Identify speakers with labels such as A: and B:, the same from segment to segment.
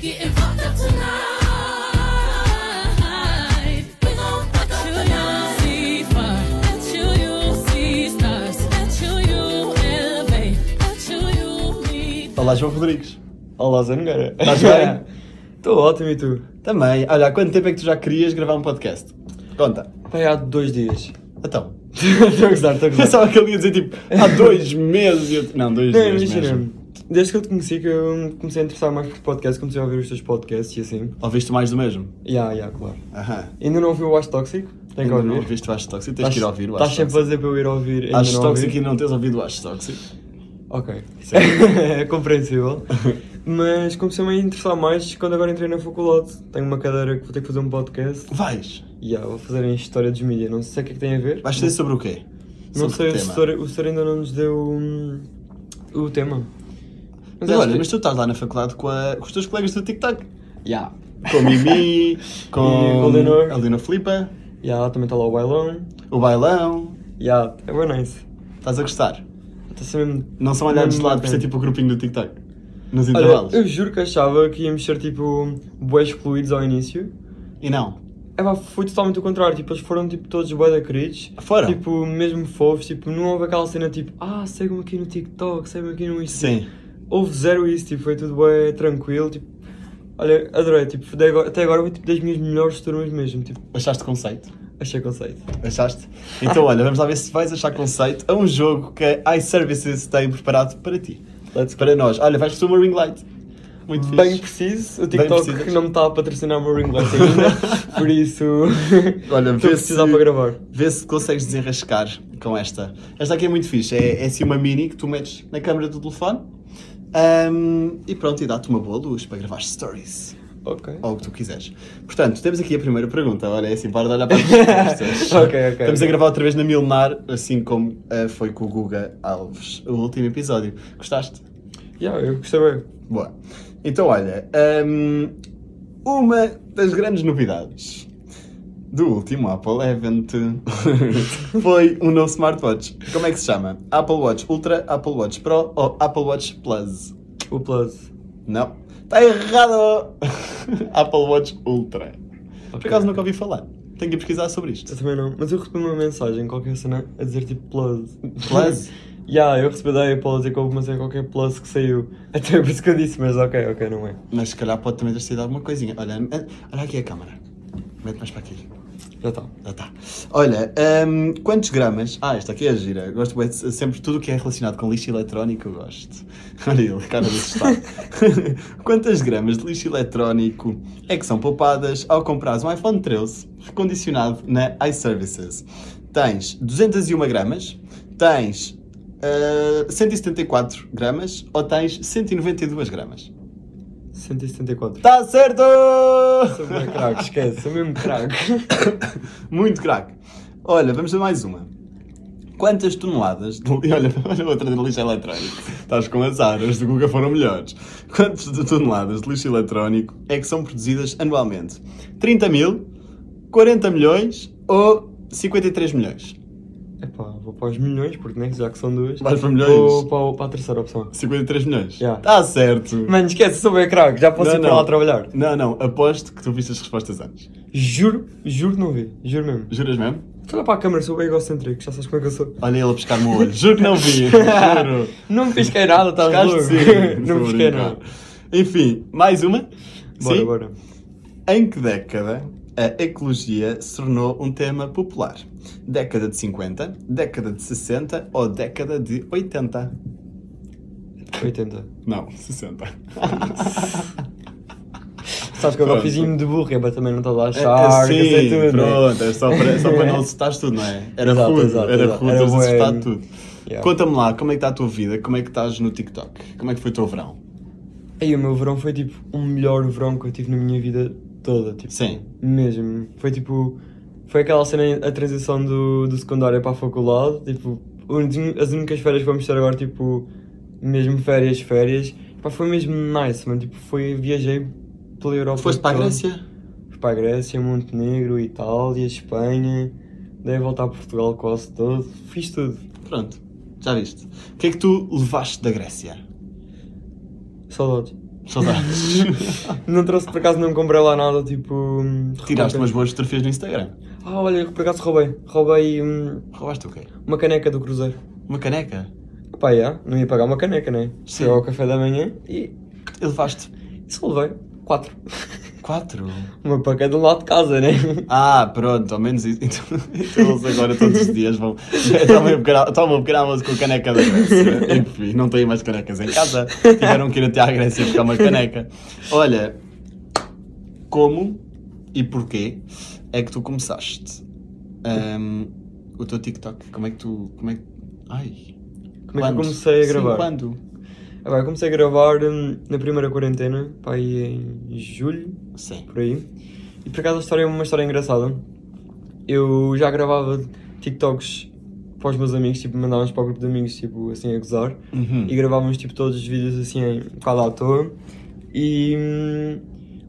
A: getting fucked up tonight. We gon' fuck up tonight. You'll see fire. At you, you'll see stars. At you, you'll elevate. At you, you'll meet.
B: Olá, João Rodrigues.
C: Olá, Zé Nogueira.
B: Estás bem?
C: Estou ótimo e tu?
B: Também. Olha, há quanto tempo é que tu já querias gravar um podcast? Conta.
C: Pai, Tá há dois dias.
B: Então.
C: Estou a gozar, estou a gozar.
B: Pensava que ele ia dizer tipo, há dois meses. e Eu... Não, dois
C: Não,
B: dias
C: imagina.
B: mesmo.
C: Desde que eu te conheci, que eu comecei a interessar mais por podcast, comecei a ouvir os teus podcasts e assim.
B: Ouviste mais do mesmo?
C: Ya, ya, claro.
B: Aham.
C: Ainda não ouvi o Acho Tóxico? Tenho que
B: Ainda não
C: ouvir.
B: ouviste o Acho Tóxico? Tens que ir ouvir o
C: Estás
B: Acho
C: sempre a
B: Tóxico.
C: dizer para eu ir ouvir. ainda
B: Acho
C: não
B: Tóxico
C: ouvi.
B: e não tens ouvido o Acho Tóxico.
C: Ok.
B: Sim.
C: é compreensível. Mas comecei-me a interessar mais quando agora entrei na faculdade. Tenho uma cadeira que vou ter que fazer um podcast.
B: Vais.
C: E ah, vou fazer em História dos Mídia. Não sei o que é que tem a ver.
B: Vais fazer sobre o quê?
C: Não
B: Sobre
C: sei,
B: que
C: o
B: tema?
C: setor, o setor ainda não nos deu hum, o tema. é assim.
B: Mas
C: acho
B: olha,
C: que-
B: mas tu estás lá na faculdade com, a- com os teus colegas do TikTok.
C: Ya.
B: Com Mimi, com
C: com Leonor.
B: a Lina Filipa,
C: Ya, também está lá o bailão.
B: o Bailão.
C: Ya, é bem nice.
B: Estás a gostar?
C: Está a ser mesmo.
B: Não são olhados de lado por ser tipo o grupinho do TikTok. Nos intervalos.
C: Olha, eu juro que achava que íamos ser tipo boés excluídos ao início.
B: E não.
C: É pá, foi totalmente o contrário. Tipo, eles foram tipo todos bué da queridos.
B: Foram?
C: Tipo, mesmo fofos. Tipo, não houve aquela cena tipo, ah, segue-me aqui no TikTok, segue-me aqui no Instagram.
B: Sim.
C: Houve zero isso, tipo, foi tudo bem tranquilo, tipo, olha, adorei, tipo, de agora- até agora foi tipo das minhas melhores turmas mesmo, tipo,
B: Achaste conceito?
C: achei conceito.
B: Achaste? Então olha, vamos lá ver se vais achar conceito a um jogo que a iServices tem preparado para ti.
C: Let's
B: Para nós. Olha, vais receber uma ring light. Muito fixe.
C: Bem preciso, o TikTok
B: precisas.
C: que não me está a patrocinar o meu ring light ainda, por isso,
B: Olha,
C: estou a
B: vê
C: precisar
B: se-
C: para gravar.
B: Vê se consegues desenrascar com esta. Esta aqui é muito fixe. É, é assim uma mini que tu metes na câmera do telefone. Ahm, e pronto, e dá-te uma boa luz para gravar stories.
C: Ok.
B: Ou o que tu quiseres. Portanto, temos aqui a primeira pergunta. Olha, é assim, para de olhar para as respostas.
C: Ok, ok,
B: Estamos
C: ok.
B: a gravar outra vez na Milenar, assim como ah, foi com o Guga Alves, o último episódio. Gostaste?
C: Yeah, eu gostei bem.
B: Boa. Então, olha, hum, uma das grandes novidades do último Apple Event foi um novo smartwatch. Como é que se chama? Apple Watch Ultra, Apple Watch Pro ou Apple Watch Plus?
C: O plus.
B: Não. Está errado! Apple Watch Ultra. Por acaso nunca ouvi falar. Tenho que pesquisar sobre
C: Eu
B: isto.
C: também não, mas eu recebi uma mensagem qualquer cena a dizer tipo plus.
B: Plus?
C: yeah, eu recebi da Apple a dizer que houve uma cena qualquer plus que saiu. Até por isso que eu disse, mas ok, ok, não é.
B: Mas se calhar pode também ter sido alguma coisinha. Olha, ah, olha aqui a câmera. Mete mais para aqui.
C: Já está.
B: Já tá. Olha, hum, quantos gramas? Ah, esta aqui é gira. Gosto bué de- sempre tudo o que é relacionado com lixo eletrónico, eu gosto. Olha ele, cara de assustado. Quantas gramas de lixo eletrónico é que são poupadas ao comprares um iPhone 13 recondicionado na iServices? Tens 201 gramas, tens ah, 174 gramas ou tens 192 gramas?
C: 174.
B: Tá certo!
C: Sou mesmo craque, esquece, sou mesmo craque.
B: Muito craque. Olha, vamos a mais uma. Quantas toneladas de... e Olha, olha outra de lixo eletrónico. Estás com azar, as do Guga foram melhores. Quantas de toneladas de lixo eletrónico é que são produzidas anualmente? 30 mil, 40 milhões ou 53 milhões?
C: Epá, vou para os milhões, porque né, já que são duas.
B: Vais para
C: Vou
B: milhões?
C: para, o- para a terceira opção.
B: 53 milhões.
C: Yeah.
B: Tá certo.
C: Mano, esquece, sou bem craque, já posso ir para lá trabalhar.
B: Não, não, aposto que tu viste as respostas antes.
C: Juro, juro que não vi, juro mesmo.
B: Juras mesmo?
C: Olha para a câmera, sou bem egocêntrico, já sabes como é que eu sou.
B: Olha ele a pescar no olho. Juro que não vi. Juro.
C: Não me pisquei nada, estás
B: Acho que
C: louco?
B: sim.
C: não
B: Estou a
C: pisquei
B: assim, brincar.
C: nada.
B: Enfim, mais uma.
C: Bora,
B: Sim?
C: bora.
B: Em que década a ecologia se tornou um tema popular? Década de 50, década de 60 ou década de 80?
C: 80.
B: Não, 60.
C: Sabes que agora
B: Pronto.
C: fiz hino de burro, é pá, também não estás a
B: Ah,
C: achar, que sei
B: sim,
C: tudo. né?
B: pronto, é só para, só para não acertares tudo, não é? Era
C: Exato,
B: rude,
C: exato,
B: era
C: exato.
B: rude
C: Era
B: teres
C: bué-
B: acertado tudo.
C: Yeah.
B: Conta-me lá, como é que está a tua vida? Como é que estás no TikTok? Como é que foi o teu verão?
C: Aí o meu verão foi tipo o melhor verão que eu tive na minha vida toda, tipo.
B: Sim.
C: Mesmo. Foi tipo. Foi aquela cena, a transição do, do secundário para a faculdade. Tipo, un- as únicas férias que vamos ter agora, tipo, mesmo férias, férias. Pá, foi mesmo nice, mano. Tipo, foi, viajei pela Europa.
B: Foste para a
C: toda.
B: Grécia?
C: Fui para a Grécia, Montenegro, Itália, Espanha. Dei a volta a Portugal quase todo. Fiz tudo.
B: Pronto, já viste. O que é que tu levaste da Grécia?
C: Saudades.
B: Saudades.
C: Não trouxe, por acaso, não comprei lá nada, tipo... hum,
B: Tiraste
C: roubei.
B: umas boas fotografias no Instagram.
C: Ah, olha, por acaso roubei. Roubei hum,
B: Roubaste o quê?
C: uma caneca do cruzeiro.
B: Uma caneca?
C: Pá, yeah, não ia pagar uma caneca, né?
B: Sim.
C: Cheguei ao café da manhã e
B: E levaste
C: só levei quatro.
B: quatro?
C: Uma para cada lado de casa, né?
B: Ah, pronto, ao menos isso. Então, então eles agora todos os dias vão. Tomam um pequeno- tomam um pequeno almoço com a caneca da Grécia. Enfim, não têm mais canecas em casa. Tiveram que ir até à Grécia buscar uma caneca. Olha, como e porquê é que tu começaste ahm, o teu TikTok? Como é que tu. Como é que. Ai.
C: Como é que eu comecei a gravar?
B: Sim, quando?
C: Ah, pá, eu comecei a gravar hum, na primeira quarentena, pá, aí em julho,
B: Sim.
C: por aí. E por acaso a história é uma história engraçada. Eu já gravava TikToks para os meus amigos, tipo, mandávamos para o grupo de amigos, tipo, assim, a gozar.
B: Uhum.
C: E gravávamos, tipo, todos os vídeos, assim, em cada à toa. E hum,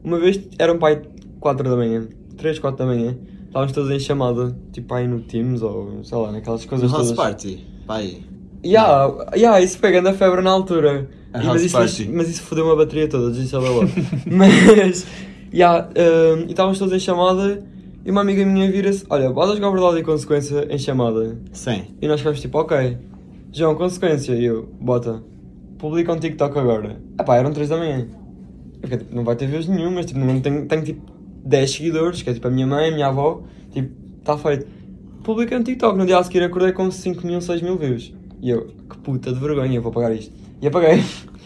C: uma vez, era um pai 4 da manhã, 3, 4 da manhã. Estávamos todos em chamada, tipo, aí no Teams ou, sei lá, naquelas coisas
B: House
C: todas.
B: Party. Pai.
C: Yeah, yeah, isso foi grande febre na altura.
B: A
C: E,
B: house
C: mas, isso,
B: party.
C: mas isso fodeu uma bateria toda, desinstala logo. mas, yeah, hum, e estávamos todos em chamada e uma amiga minha vira-se: Olha, bora jogar verdade e consequência em chamada.
B: Sim.
C: E nós ficamos tipo: Ok, João, consequência. E eu, bota, publica um TikTok agora. Epá, eram 3 da manhã. Eu fiquei tipo: Não vai ter views nenhumas, tipo, não tenho, tenho tipo 10 seguidores, que é tipo a minha mãe, a minha avó, tipo, está feito. Publiquei um TikTok, no dia a seguir acordei com 5 mil, 6 mil views. E eu, que puta de vergonha, vou apagar isto. E apaguei.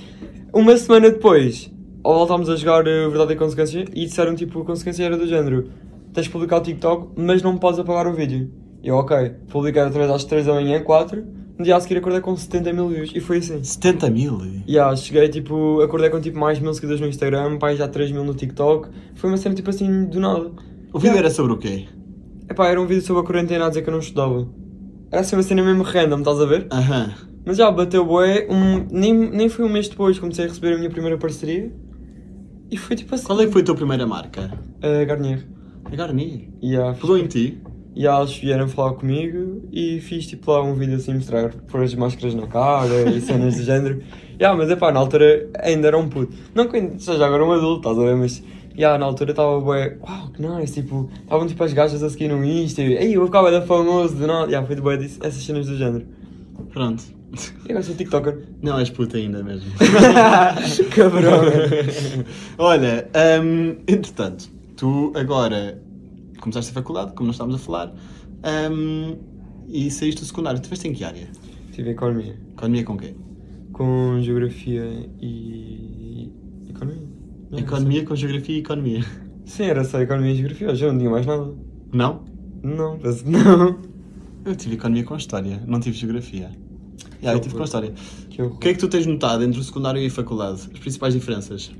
C: Uma semana depois, ou voltámos a jogar eh, Verdade e Consequência e disseram tipo, a consequência era do género: tens de publicar o TikTok, mas não podes apagar o vídeo. E eu, ok, publiquei outra vez às 3 da manhã, 4, no dia a seguir acordei com 70 mil views. E foi assim.
B: 70 mil?
C: E ah, cheguei, tipo, acordei com tipo mais mil seguidores no Instagram, pai já 3 mil no TikTok. Foi uma cena tipo assim, do nada.
B: O vídeo era sobre o quê?
C: Epá, era um vídeo sobre a quarentena a dizer que eu não estudava. Era assim uma cena mesmo random, estás a ver?
B: Aham.
C: Mas já bateu bué, um, nem, nem foi um mês depois que comecei a receber a minha primeira parceria. E foi tipo assim.
B: Qual é que foi a tua primeira marca?
C: A Garnier.
B: A Garnier.
C: E há-
B: Pegou em ti?
C: E há, eles vieram falar comigo e fiz tipo lá um vídeo assim mostrar pôr as máscaras na cara e cenas do género. E há, mas epá, na altura ainda era um puto. Não que ainda seja agora um adulto, estás a ver? Mas e há, na altura estava bué, uau, que nice, tipo, estavam tipo as gajas a seguir no Insta e ei, eu ficava da famoso, de nada. E há, foi de bué disso- essas cenas do género.
B: Pronto.
C: E agora sou TikToker.
B: Não és puta ainda mesmo.
C: Cabrão.
B: Olha, hum, entretanto, tu agora começaste a faculdade, como nós estávamos a falar, hum, e saíste do secundário. Tu veste em que área?
C: Tive economia.
B: Economia com quê?
C: Com geografia e. economia. Não era
B: Economia com geografia e economia.
C: só- Sim, era só economia e geografia, hoje eu não tinha mais nada.
B: Não?
C: Não, penso que não.
B: Eu tive economia com história, não tive geografia. Já, eu tive com história.
C: Que horror.
B: O que é que tu tens notado entre o secundário e a faculdade? As principais diferenças?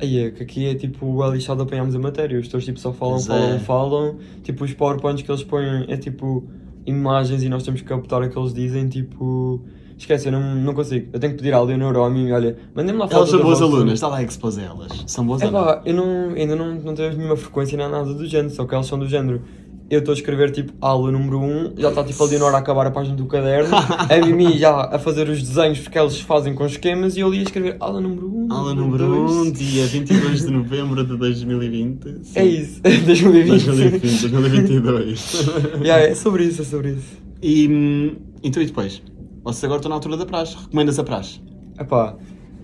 C: Aí é que aqui é tipo a lixada apanhamos a matéria. Os teus tipo só falam,
B: Pois
C: falam,
B: é.
C: falam. Tipo, os PowerPoints que eles põem é tipo imagens e nós temos que captar o que eles dizem. Tipo, esquece, eu não, não consigo. Eu tenho que pedir à Leonor ou a mim, olha, mandem-me lá
B: Elas
C: fotos
B: são boas alunas, está lá a expor elas. São boas
C: É
B: alunas.
C: pá, eu não, ainda não, não tenho a nenhuma frequência nem nada do género, só que elas são do género. Eu estou a escrever tipo aula número 1, já está tipo a Leonora a acabar a página do caderno, a Mimi já a fazer os desenhos porque eles fazem com esquemas e eu ali a escrever aula número 1.
B: Aula número 1, um, dia 22 de novembro de 2020. Sim.
C: É isso, 2020.
B: 2020, 2022.
C: yeah, é sobre isso, é sobre isso.
B: E hum, então e depois? Vocês agora estão na altura da praxe. Recomendas a praxe?
C: Epá,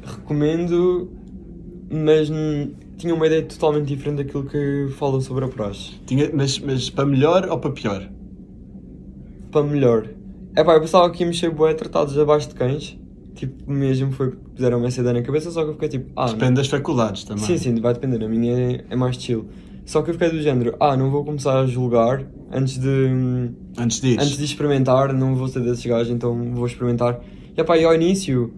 C: recomendo, mas hum, tinha uma ideia totalmente diferente daquilo que falam sobre a praxe.
B: Tinha, mas, mas para melhor ou para pior?
C: para melhor. É pá, eu pensava que íamos ser bué tratados abaixo de cães. Tipo, mesmo foi que puseram essa ideia na cabeça, só que eu fiquei tipo, ah.
B: Depende das faculdades também.
C: Sim, sim, vai depender. A minha é, é mais chill. Só que eu fiquei do género, ah, não vou começar a julgar antes de. hum,
B: Antes disso.
C: Antes de experimentar, não vou ser desses gajos, então vou experimentar. E epá, e ao início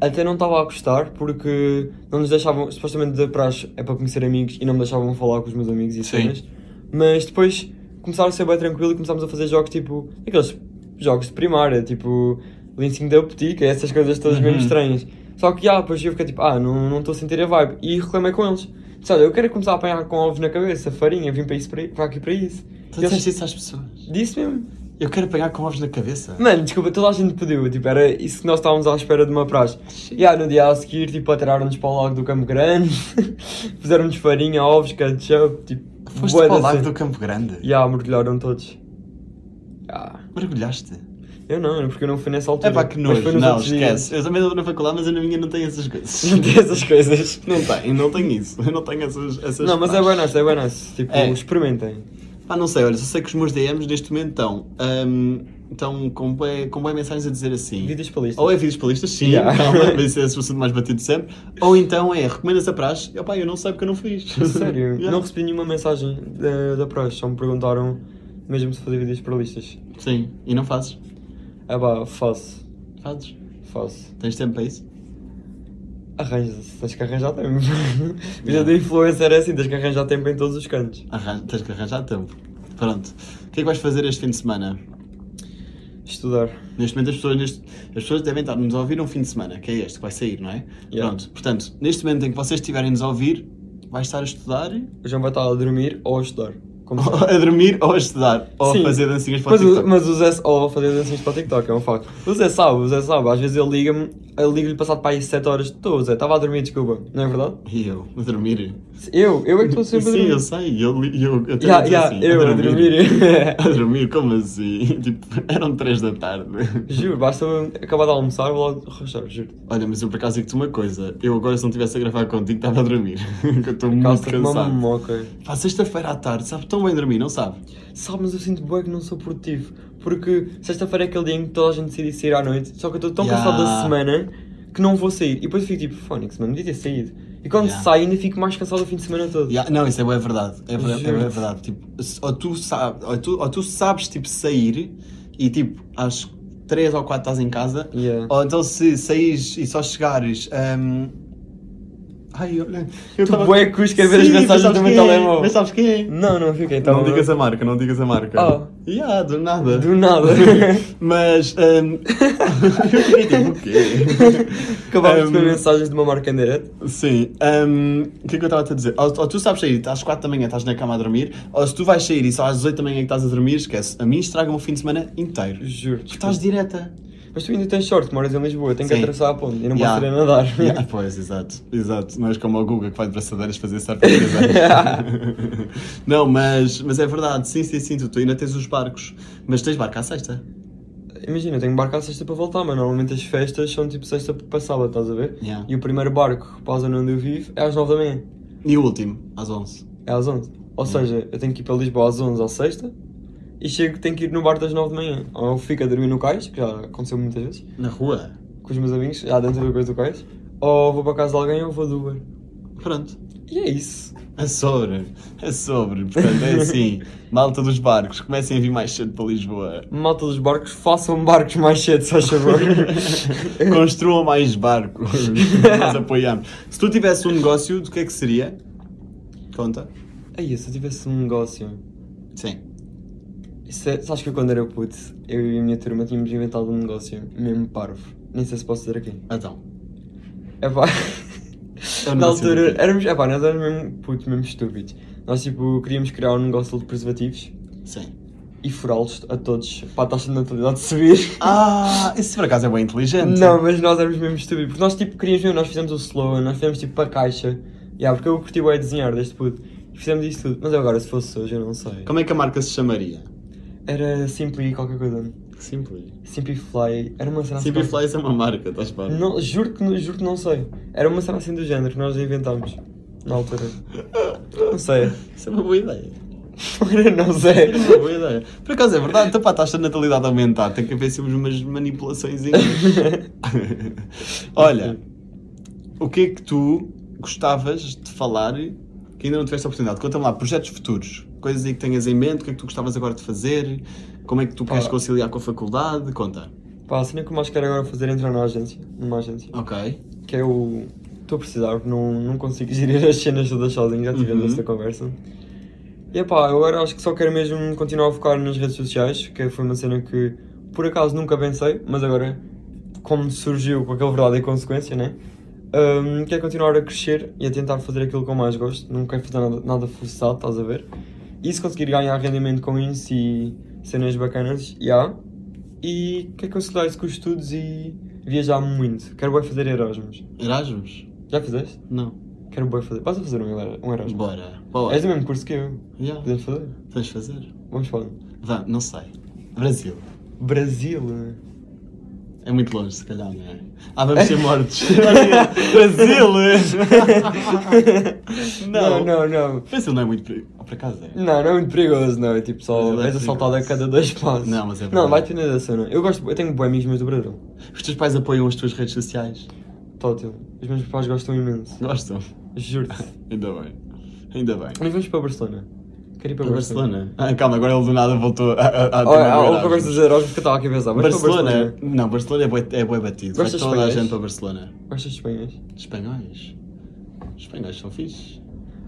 C: até não estava a gostar porque não nos deixavam, supostamente da praxe é para conhecer amigos e não me deixavam falar com os meus amigos e
B: Sim.
C: cenas. Mas depois começaram a ser bem tranquilo e começámos a fazer jogos tipo aqueles jogos de primária, tipo Lincinho da Botica, essas coisas todas
B: Uhum.
C: mesmo estranhas. Só que ah, depois eu fiquei tipo, ah, não não estou a sentir a vibe. E reclamei com eles. Disse, olha, eu quero começar a apanhar com ovos na cabeça, farinha, vim para, isso, para, para aqui para isso.
B: Tu
C: E eles-
B: disseste isso às pessoas.
C: Disse mesmo.
B: Eu quero apanhar com ovos na cabeça.
C: Mano, desculpa, toda a gente pediu, tipo, era isso que nós estávamos à espera de uma praxe. E aí, no dia a seguir, tipo, atiraram-nos para o lago do Campo Grande, fizeram-nos farinha, ovos, ketchup, tipo,
B: Foste
C: bué
B: para o
C: da
B: lago
C: cena.
B: do Campo Grande.
C: E ah, mergulharam todos. Ah,
B: Mergulhaste.
C: eu não, porque eu não fui nessa altura.
B: É pá, que
C: Mas
B: nojo.
C: foi nos
B: Não,
C: outros dias.
B: esquece. Eu também estou na faculdade, mas eu na minha não tenho essas coisas.
C: Não tem essas coisas.
B: Não tenho, não tenho isso. Eu não tenho essas. essas
C: Não, mas é
B: partes.
C: bem nosso, é bem nosso. Tipo,
B: É.
C: experimentem.
B: Pá, não sei, olha, só sei que os meus DMs neste momento estão. hum, estão com boas com bué mensagens a dizer assim.
C: Vídeos para listas.
B: Ou é vídeos para listas, sim,
C: Yeah.
B: calma, vai ser esse assunto mais batido sempre. Ou então é recomendas a praxe. Opá, eu não sei porque eu não fiz.
C: Sério,
B: Yeah.
C: não recebi nenhuma mensagem da, da praxe, só me perguntaram mesmo se fazia vídeos para listas.
B: Sim, e não fazes.
C: Ah pá, faço,
B: Fazes.
C: faço.
B: Tens tempo para isso?
C: Arranja-se, tens que arranjar tempo. Vida de influencer é assim, tens que arranjar tempo em todos os cantos.
B: Arran tens que arranjar tempo. Pronto. O que é que vais fazer este fim de semana?
C: Estudar.
B: Neste momento as pessoas, neste- as pessoas devem estar-nos a ouvir um fim de semana, que é este que vai sair, não é?
C: Yeah.
B: Pronto, portanto, neste momento em que vocês estiverem-nos a ouvir, vais estar a estudar,
C: O João vai estar a dormir ou a estudar. Como
B: ou
C: sabe.
B: a dormir, ou a estudar, ou
C: Sim.
B: a fazer dancinhas para o
C: Mas, o,
B: TikTok.
C: mas o Zé, ou fazer dancinhas para o TikTok, é um facto. O Zé sabe, o Zé sabe. Às vezes ele liga-me, eu ligo-lhe passado para aí 7 horas. Estou, Zé, estava a dormir, desculpa. Não é verdade?
B: E eu, a dormir.
C: Eu, eu é que estou sempre a
B: Sim,
C: dormir.
B: eu sei, eu, li- eu, eu tenho
C: Yeah,
B: a dizer
C: yeah,
B: assim,
C: eu, a dormir.
B: a dormir, como assim? Tipo, eram três da tarde.
C: Juro, basta eu acabar de almoçar, vou logo rochar, juro.
B: Olha, mas eu por acaso digo-te uma coisa, eu agora se não estivesse a gravar contigo estava a dormir, que eu estou muito
C: Calça uma
B: cansado.
C: mamoca.
B: Pá, sexta-feira à tarde, sabe tão bem dormir, não sabe?
C: Sabe, mas eu sinto bem que não sou produtivo. Porque sexta-feira é aquele dia em que toda a gente decide sair à noite, só que eu estou tão
B: Yeah.
C: cansado da semana que não vou sair. E depois fico tipo, Fónix, mano, devia ter saído. E quando
B: Yeah.
C: saio ainda fico mais cansado o fim de semana todo.
B: Ya, não, isso é bué verdade. É verdade, é bué
C: Juro-te.
B: verdade. Tipo, se- ou tu, sabe, ou, tu, ou tu sabes tipo, sair e tipo, às 3 ou 4 estás em casa,
C: Yeah.
B: ou então se saís e só chegares. hum, Ai, olha. Eu
C: Tu bué cusca a ver as
B: Sim,
C: mensagens
B: mas sabes
C: do
B: quem
C: meu
B: é?
C: telemóvel.
B: Mas sabes quem é?
C: Não, não fica então.
B: não digas a marca, não digas a marca.
C: Ah.
B: Ya, do nada.
C: Do nada.
B: Mas. hum, eu fiquei tipo, o quê?
C: Acabámos de
B: Um,
C: ver mensagens de uma marca em direto.
B: Sim, hum, o que é que eu estava a te dizer? Ou, ou tu sabes sair, às 4 da manhã estás na cama a dormir, ou se tu vais sair e só às 18 da manhã que estás a dormir, esquece, a mim estraga-me o fim de semana inteiro. Porque
C: Juro.
B: Estás direta.
C: Mas tu ainda tens sorte, moras em Lisboa, tenho que
B: Sim.
C: atravessar a ponte e não
B: Yeah.
C: posso ir a nadar.
B: Yeah, pois, exato, exato. Não és como o Guga que vai de braçadeiras fazer surf há três anos. Não, mas, mas é verdade, sim, sim, sim, tu, tu ainda tens os barcos, mas tens barco à sexta.
C: Imagina, eu tenho barco à sexta para voltar, mas normalmente as festas são tipo sexta para sábado, estás a ver?
B: Yeah.
C: E o primeiro barco para a zona onde eu vivo é às 9 da manhã,
B: E o último, às 11.
C: é às 11. Ou seja, eu tenho que ir para Lisboa às 11 à sexta e chego, tenho que ir no bar das 9 da manhã. Ou eu fico a dormir no cais, que já aconteceu muitas vezes,
B: Na rua?
C: com os meus amigos, já dentro da coisa do cais, ou vou para casa de alguém ou vou do Uber.
B: Pronto.
C: E é isso.
B: É sobre, é sobre, portanto é assim, malta dos barcos, comecem a vir mais cedo para Lisboa.
C: Malta dos barcos, façam barcos mais cedo, se faz favor.
B: Construam mais barcos. Nós apoiamos. Se tu tivesse um negócio, do que é que seria? Conta.
C: Aí, se eu tivesse um negócio.
B: Sim.
C: Isso é- sabes que eu quando era puto, eu e a minha turma tínhamos inventado um negócio mesmo parvo. Nem sei se posso dizer aqui.
B: Então.
C: É pá.
B: É um
C: Na
B: negócio
C: altura,
B: do quê?
C: éramos, é pá, nós éramos mesmo putos, mesmo estúpidos. Nós tipo, queríamos criar um negócio de preservativos
B: Sim.
C: e furá-los a todos para a taxa de natalidade subir.
B: Ah, esse por acaso é bem inteligente.
C: Não, mas nós éramos mesmo estúpidos, porque nós tipo queríamos mesmo, nós fizemos o slow, nós fizemos tipo para a caixa. Yeah, porque eu curti bem desenhar deste puto. E Fizemos isso tudo, mas eu agora se fosse hoje eu não sei.
B: Como é que a marca se chamaria?
C: Era Simply qualquer coisa.
B: Simply.
C: Simplify. Era uma cena assim qualquer.
B: Simplify é uma marca, estás para?
C: Não, juro, que, não- juro que não sei. Era uma cena assim do género que nós inventámos na altura. Não sei.
B: Isso é uma boa ideia.
C: não sei.
B: Isso é uma boa ideia. Por acaso é verdade, então, pá, a taxa de natalidade a aumentar, tem que haver sempre umas manipulações. Olha, o que é que tu gostavas de falar que ainda não tiveste a oportunidade? Conta-me lá, projetos futuros, coisas aí que tenhas em mente, o que é que tu gostavas agora de fazer, como é que tu
C: Pá.
B: queres conciliar com a faculdade, conta.
C: Pá, a cena que eu mais quero agora fazer é entrar na agência. Numa agência.
B: Ok.
C: Que é o. Estou a precisar, porque não, não consigo gerir as cenas todas sozinho, já tivemos
B: Uhum.
C: esta conversa. E pá, eu agora acho que só quero mesmo continuar a focar nas redes sociais, que foi uma cena que por acaso nunca pensei, mas agora, como surgiu com aquela verdade e consequência, né? Hum, quero continuar a crescer e a tentar fazer aquilo que eu mais gosto, não quero fazer nada, nada forçado, estás a ver? E se conseguir ganhar rendimento com isso e cenas bacanas, yeah. E que aconselhar-se com os estudos e viajar muito. Quero bem fazer Erasmus.
B: Erasmus?
C: Já fizeste?
B: Não.
C: Quero bem fazer. Vais a fazer um, Era- um Erasmus?
B: Bora. Boa.
C: És do mesmo curso que eu.
B: Yeah.
C: Podemos fazer?
B: Tens de fazer.
C: Vamos falando.
B: Vá, não sei. Brasil.
C: Brasil.
B: É muito longe, se calhar, não é? Ah, vamos ser mortos. Brasil!
C: Não, não, não.
B: Brasil não é muito perigo. Ah, por acaso é.
C: Não, não é muito perigoso, não. É tipo só.
B: Mas ele é
C: És assaltado a
B: perigoso.
C: cada dois passos.
B: Não, mas é
C: Não,
B: verdade.
C: vai depender da zona. Eu gosto. Eu tenho bons amigos meus do Brasil.
B: Os teus pais apoiam as tuas redes sociais?
C: Tótil. Os meus pais gostam imenso.
B: Gostam?
C: Juro-te.
B: Ainda bem. Ainda bem.
C: Mas vamos para Barcelona. Quero ir para,
B: Para Barcelona? Ah, calma, agora ele do nada voltou a... a, a,
C: Olha, há
B: a-
C: outra coisa dos Erasmus que eu estava aqui a pensar. Vamos para
B: Barcelona? Não, Barcelona é boi, é bué batido. Vai
C: é Gostas de
B: toda a
C: espanhóis?
B: gente para Barcelona.
C: Gostas de espanhóis?
B: Espanhóis? Espanhóis são fixes.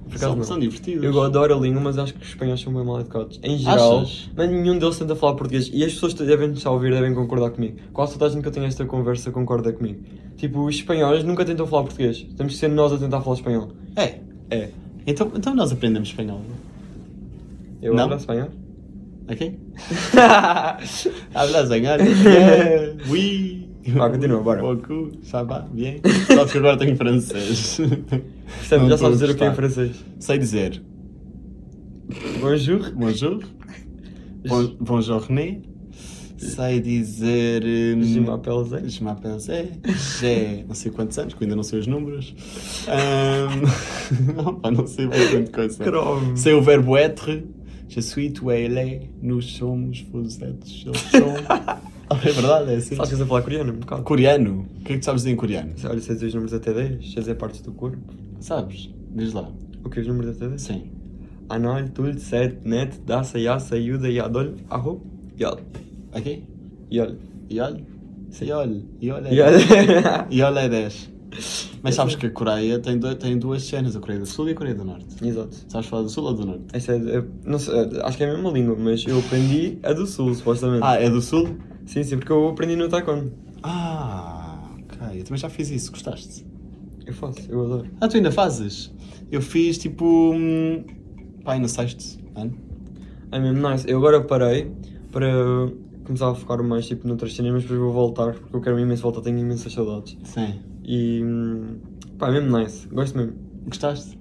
C: Por acaso
B: São,
C: não.
B: são divertidos.
C: Eu adoro a língua, mas acho que os espanhóis são bem mal educados. Em geral,
B: Achas?
C: mas nenhum deles tenta falar português. E as pessoas que devem nos ouvir, devem concordar comigo. Quase toda a gente que eu tenho esta conversa concorda comigo. Tipo, os espanhóis nunca tentam falar português. Temos que ser nós a tentar falar espanhol.
B: É.
C: É.
B: Então, então nós aprendemos espanhol.
C: Eu
B: Não.
C: não. hablo espanhol.
B: Ok? Hablas espanhol? Oui.
C: Vá, continua, bora.
B: Beaucoup, ça va, bien. Só que agora tenho francês.
C: Portanto,
B: Não
C: já
B: estou a
C: sabes dizer o que é em
B: gostar.
C: francês.
B: Sei dizer
C: Bonjour.
B: bonjour, bon, bonjourné. Sei dizer. hum,
C: Je m'appelle Zé.
B: Je m'appelle Zé. Zé, não sei quantos anos, que ainda não sei os números. Hum, opa, não sei bem quanta coisa.
C: Cromo.
B: Sei o verbo être. Je suis, tu elle est, nous somos, vous êtes, eu sou. é verdade, é assim.
C: Sabes que eu sei falar coreano? Um bocado.
B: Coreano? O que é que tu sabes dizer em coreano?
C: Olha, sei dizer os números até 10, sei dizer partes do corpo.
B: Sabes? Diz lá.
C: O que é os números até 10?
B: Sim.
C: Anal, tul, set, net, dasa, yasa, yuda, yadol, aho, yal.
B: Ok?
C: Yal.
B: Iol? Sim, Iol. Iol é
C: Yal.
B: 10. Iol é 10. Mas sabes que a Coreia tem, do- tem duas cenas, a Coreia do Sul e a Coreia do Norte.
C: Exato.
B: Sabes falar do Sul ou do Norte?
C: Essa é, é- não sei, é- acho que é a mesma língua, mas eu aprendi a do Sul, supostamente.
B: Ah, é do Sul?
C: Sim, sim, porque eu aprendi no Taekwondo.
B: Ah, ok. Eu também já fiz isso, gostaste?
C: Eu faço, eu adoro.
B: Ah, tu ainda fazes? Eu fiz tipo. hum, Pai, no sexto ano.
C: É mesmo nice. Eu agora parei para começar a focar mais tipo noutras cenas, mas depois vou voltar, porque eu quero imenso voltar, tenho imensas saudades.
B: Sim.
C: E. hum, pá, é mesmo nice, gosto mesmo.
B: Gostaste?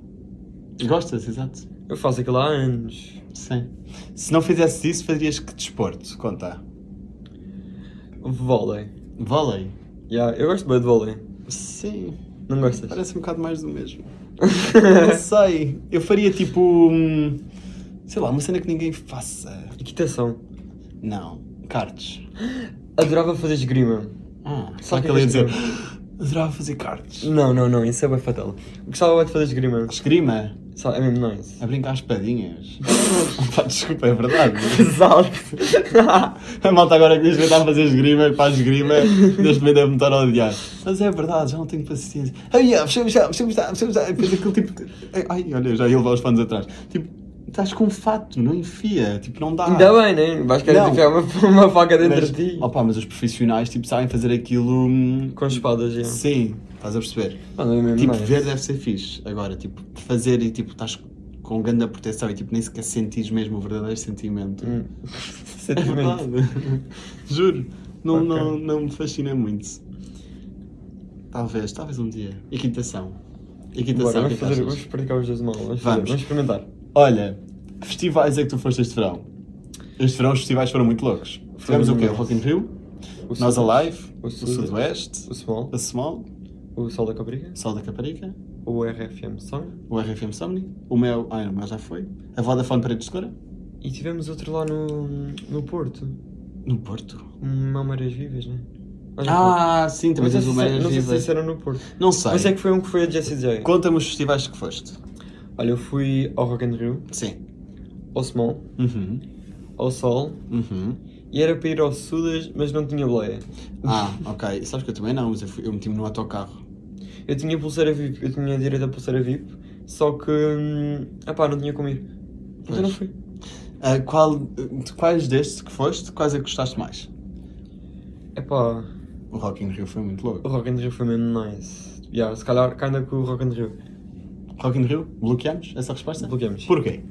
B: Gostas, exato.
C: Eu faço aquilo há anos.
B: Sim. Se não fizesses isso, farias que desporto? Conta.
C: Vôlei.
B: Vôlei?
C: Yeah, eu gosto bem de vôlei.
B: Sim.
C: Não gostas?
B: Parece um bocado mais do mesmo. não sei. Eu faria tipo. hum, Sei lá, uma cena que ninguém faça.
C: Equitação.
B: Não. Cartes.
C: Adorava fazer esgrima.
B: Ah,
C: Só
B: só
C: que
B: que ele ia
C: este
B: dizer.
C: é
B: Adorava fazer cartes.
C: Não, não, não, isso é bem fatal. Gostava bem de fazer esgrima.
B: Esgrima.
C: Só- É mesmo nice.
B: A brincar às padinhas. Pá, desculpa, é verdade.
C: Exato.
B: A malta agora que diz que está a fazer esgrima, que faz esgrima, neste momento deve-me estar a odiar. Mas é verdade, já não tenho paciência. Ai, ah, fechamos já, fechamos já, fechamos já. E Depois aquele tipo. de- Ai, Ai, olha, eu já ia levar os panos atrás. Tipo, estás com um fato, não enfia. Tipo, não dá.
C: Ainda bem, né? Vais querer
B: Não.
C: enfiar uma, uma faca dentro
B: mas,
C: de ti.
B: opa, mas os profissionais tipo, sabem fazer aquilo. hum,
C: Com espadas, já.
B: Sim, estás a perceber?
C: Mano, é mesmo
B: Tipo,
C: nice.
B: ver deve ser fixe. Agora, tipo, fazer e tipo, estás com grande proteção e tipo, nem sequer sentires mesmo o verdadeiro sentimento.
C: Hum.
B: É
C: Sentimento.
B: verdade. Juro. Não,
C: Ok.
B: não, não me fascina muito. Talvez, talvez um dia. Equitação.
C: Bora,
B: Equitação, o que
C: vamos,
B: é que
C: fazer,
B: achas?
C: vamos praticar os dois mal. Vamos, fazer,
B: Vamos.
C: vamos experimentar.
B: Olha, festivais é que tu foste este verão. Este verão os festivais foram muito loucos. Tivemos o quê? O Rock in Rio,
C: O
B: Nós
C: Sul-
B: Alive,
C: o
B: o Sudoeste,
C: O Small,
B: a Small,
C: o Sol da Cabriga,
B: Sol da Caparica,
C: o RFM Song
B: o RFM Somni, o meu... Ai, o meu já foi. A Vodafone Paredes de Cora,
C: e tivemos outro lá no, no Porto.
B: no Porto.
C: Uma Marés Vivas, né? Olha,
B: Ah, sim,
C: não
B: também
C: sei
B: tens
C: se-
B: o Meias
C: Não sei se
B: Vivas.
C: esse era no Porto.
B: Não sei.
C: Mas é que foi um que foi a Jessie J.
B: Conta-me os festivais que foste.
C: Olha, eu fui ao Rock in Rio,
B: Sim.
C: ao Small,
B: Uhum.
C: ao Sol
B: Uhum.
C: e era para ir ao Sudas, mas não tinha boleia.
B: Ah, ok. Sabes que eu também não, mas eu, fui- eu meti-me no autocarro.
C: Eu tinha pulseira VIP, eu tinha direito à pulseira VIP, só que. Hum, epá, não tinha como ir. Então
B: Pois.
C: não fui.
B: Ah, qual, de quais destes que foste, quais é que gostaste mais?
C: Epá,
B: O Rock in Rio foi muito
C: o
B: louco.
C: Rock in Rio foi mesmo nice. Yeah, se calhar ainda com o Rock in Rio.
B: Rock in Rio, bloqueamos essa resposta?
C: Bloqueamos.
B: Porquê?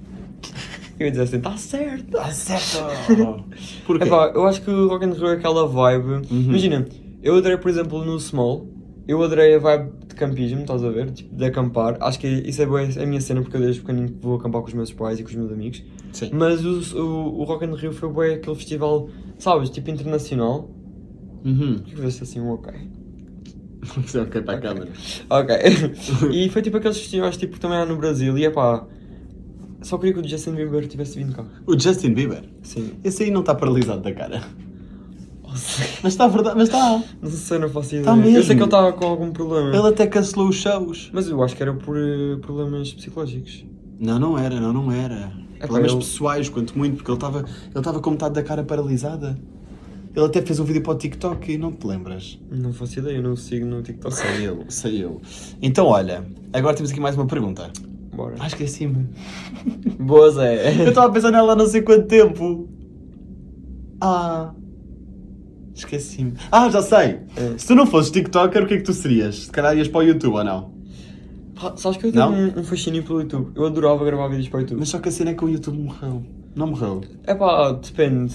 C: Eu ia dizer assim, tá certo.
B: Tá certo! Porquê? Uhum.
C: Epá, eu acho que o Rock in Rio é aquela vibe. Imagina, eu adorei, por exemplo, no Small, eu adorei a vibe de campismo, estás a ver? Tipo, de acampar. Acho que isso é, boa, a minha cena, porque eu desde pequenino que vou acampar com os meus pais e com os meus amigos.
B: Sim.
C: Mas o, o, o Rock in Rio foi bué aquele festival, sabes, tipo internacional.
B: Uhum.
C: Deixa eu ver se assim um ok.
B: Isso é ok para a câmara.
C: Ok. e foi tipo aqueles festivais tipo, que também há no Brasil e epá, só queria que o Justin Bieber tivesse vindo cá.
B: O Justin Bieber.
C: Sim.
B: Esse aí não está paralisado da cara.
C: Ou seja,
B: Mas está verdade. Mas está.
C: Não sei, não faço ideia.
B: Tá
C: Eu sei
B: mesmo.
C: que ele estava com algum problema.
B: Ele até cancelou os shows.
C: Mas eu acho que era por eh, problemas psicológicos.
B: Não, não era, não, não era.
C: É,
B: Problemas
C: pá, eu-
B: pessoais, quanto muito, porque ele estava ele estava com metade da cara paralisada. Ele até fez um vídeo para o TikTok e não te lembras.
C: Não faço ideia, eu não o sigo no TikTok.
B: Sei eu, sei eu. Então, olha, agora temos aqui mais uma pergunta.
C: Bora.
B: Ah, esqueci-me.
C: Boa, Zé.
B: Eu estava a pensar nela há não sei quanto tempo. Ah. Esqueci-me. Ah, já sei.
C: É.
B: Se tu não fosses TikToker, o que é que tu serias? Se calhar ias para o YouTube ou não?
C: Pá, Sabes que eu tenho
B: Não?
C: um, um fascínio pelo YouTube. Eu adorava gravar vídeos para o YouTube.
B: Mas só que a cena é que o YouTube morreu. Não morreu.
C: É pá, depende.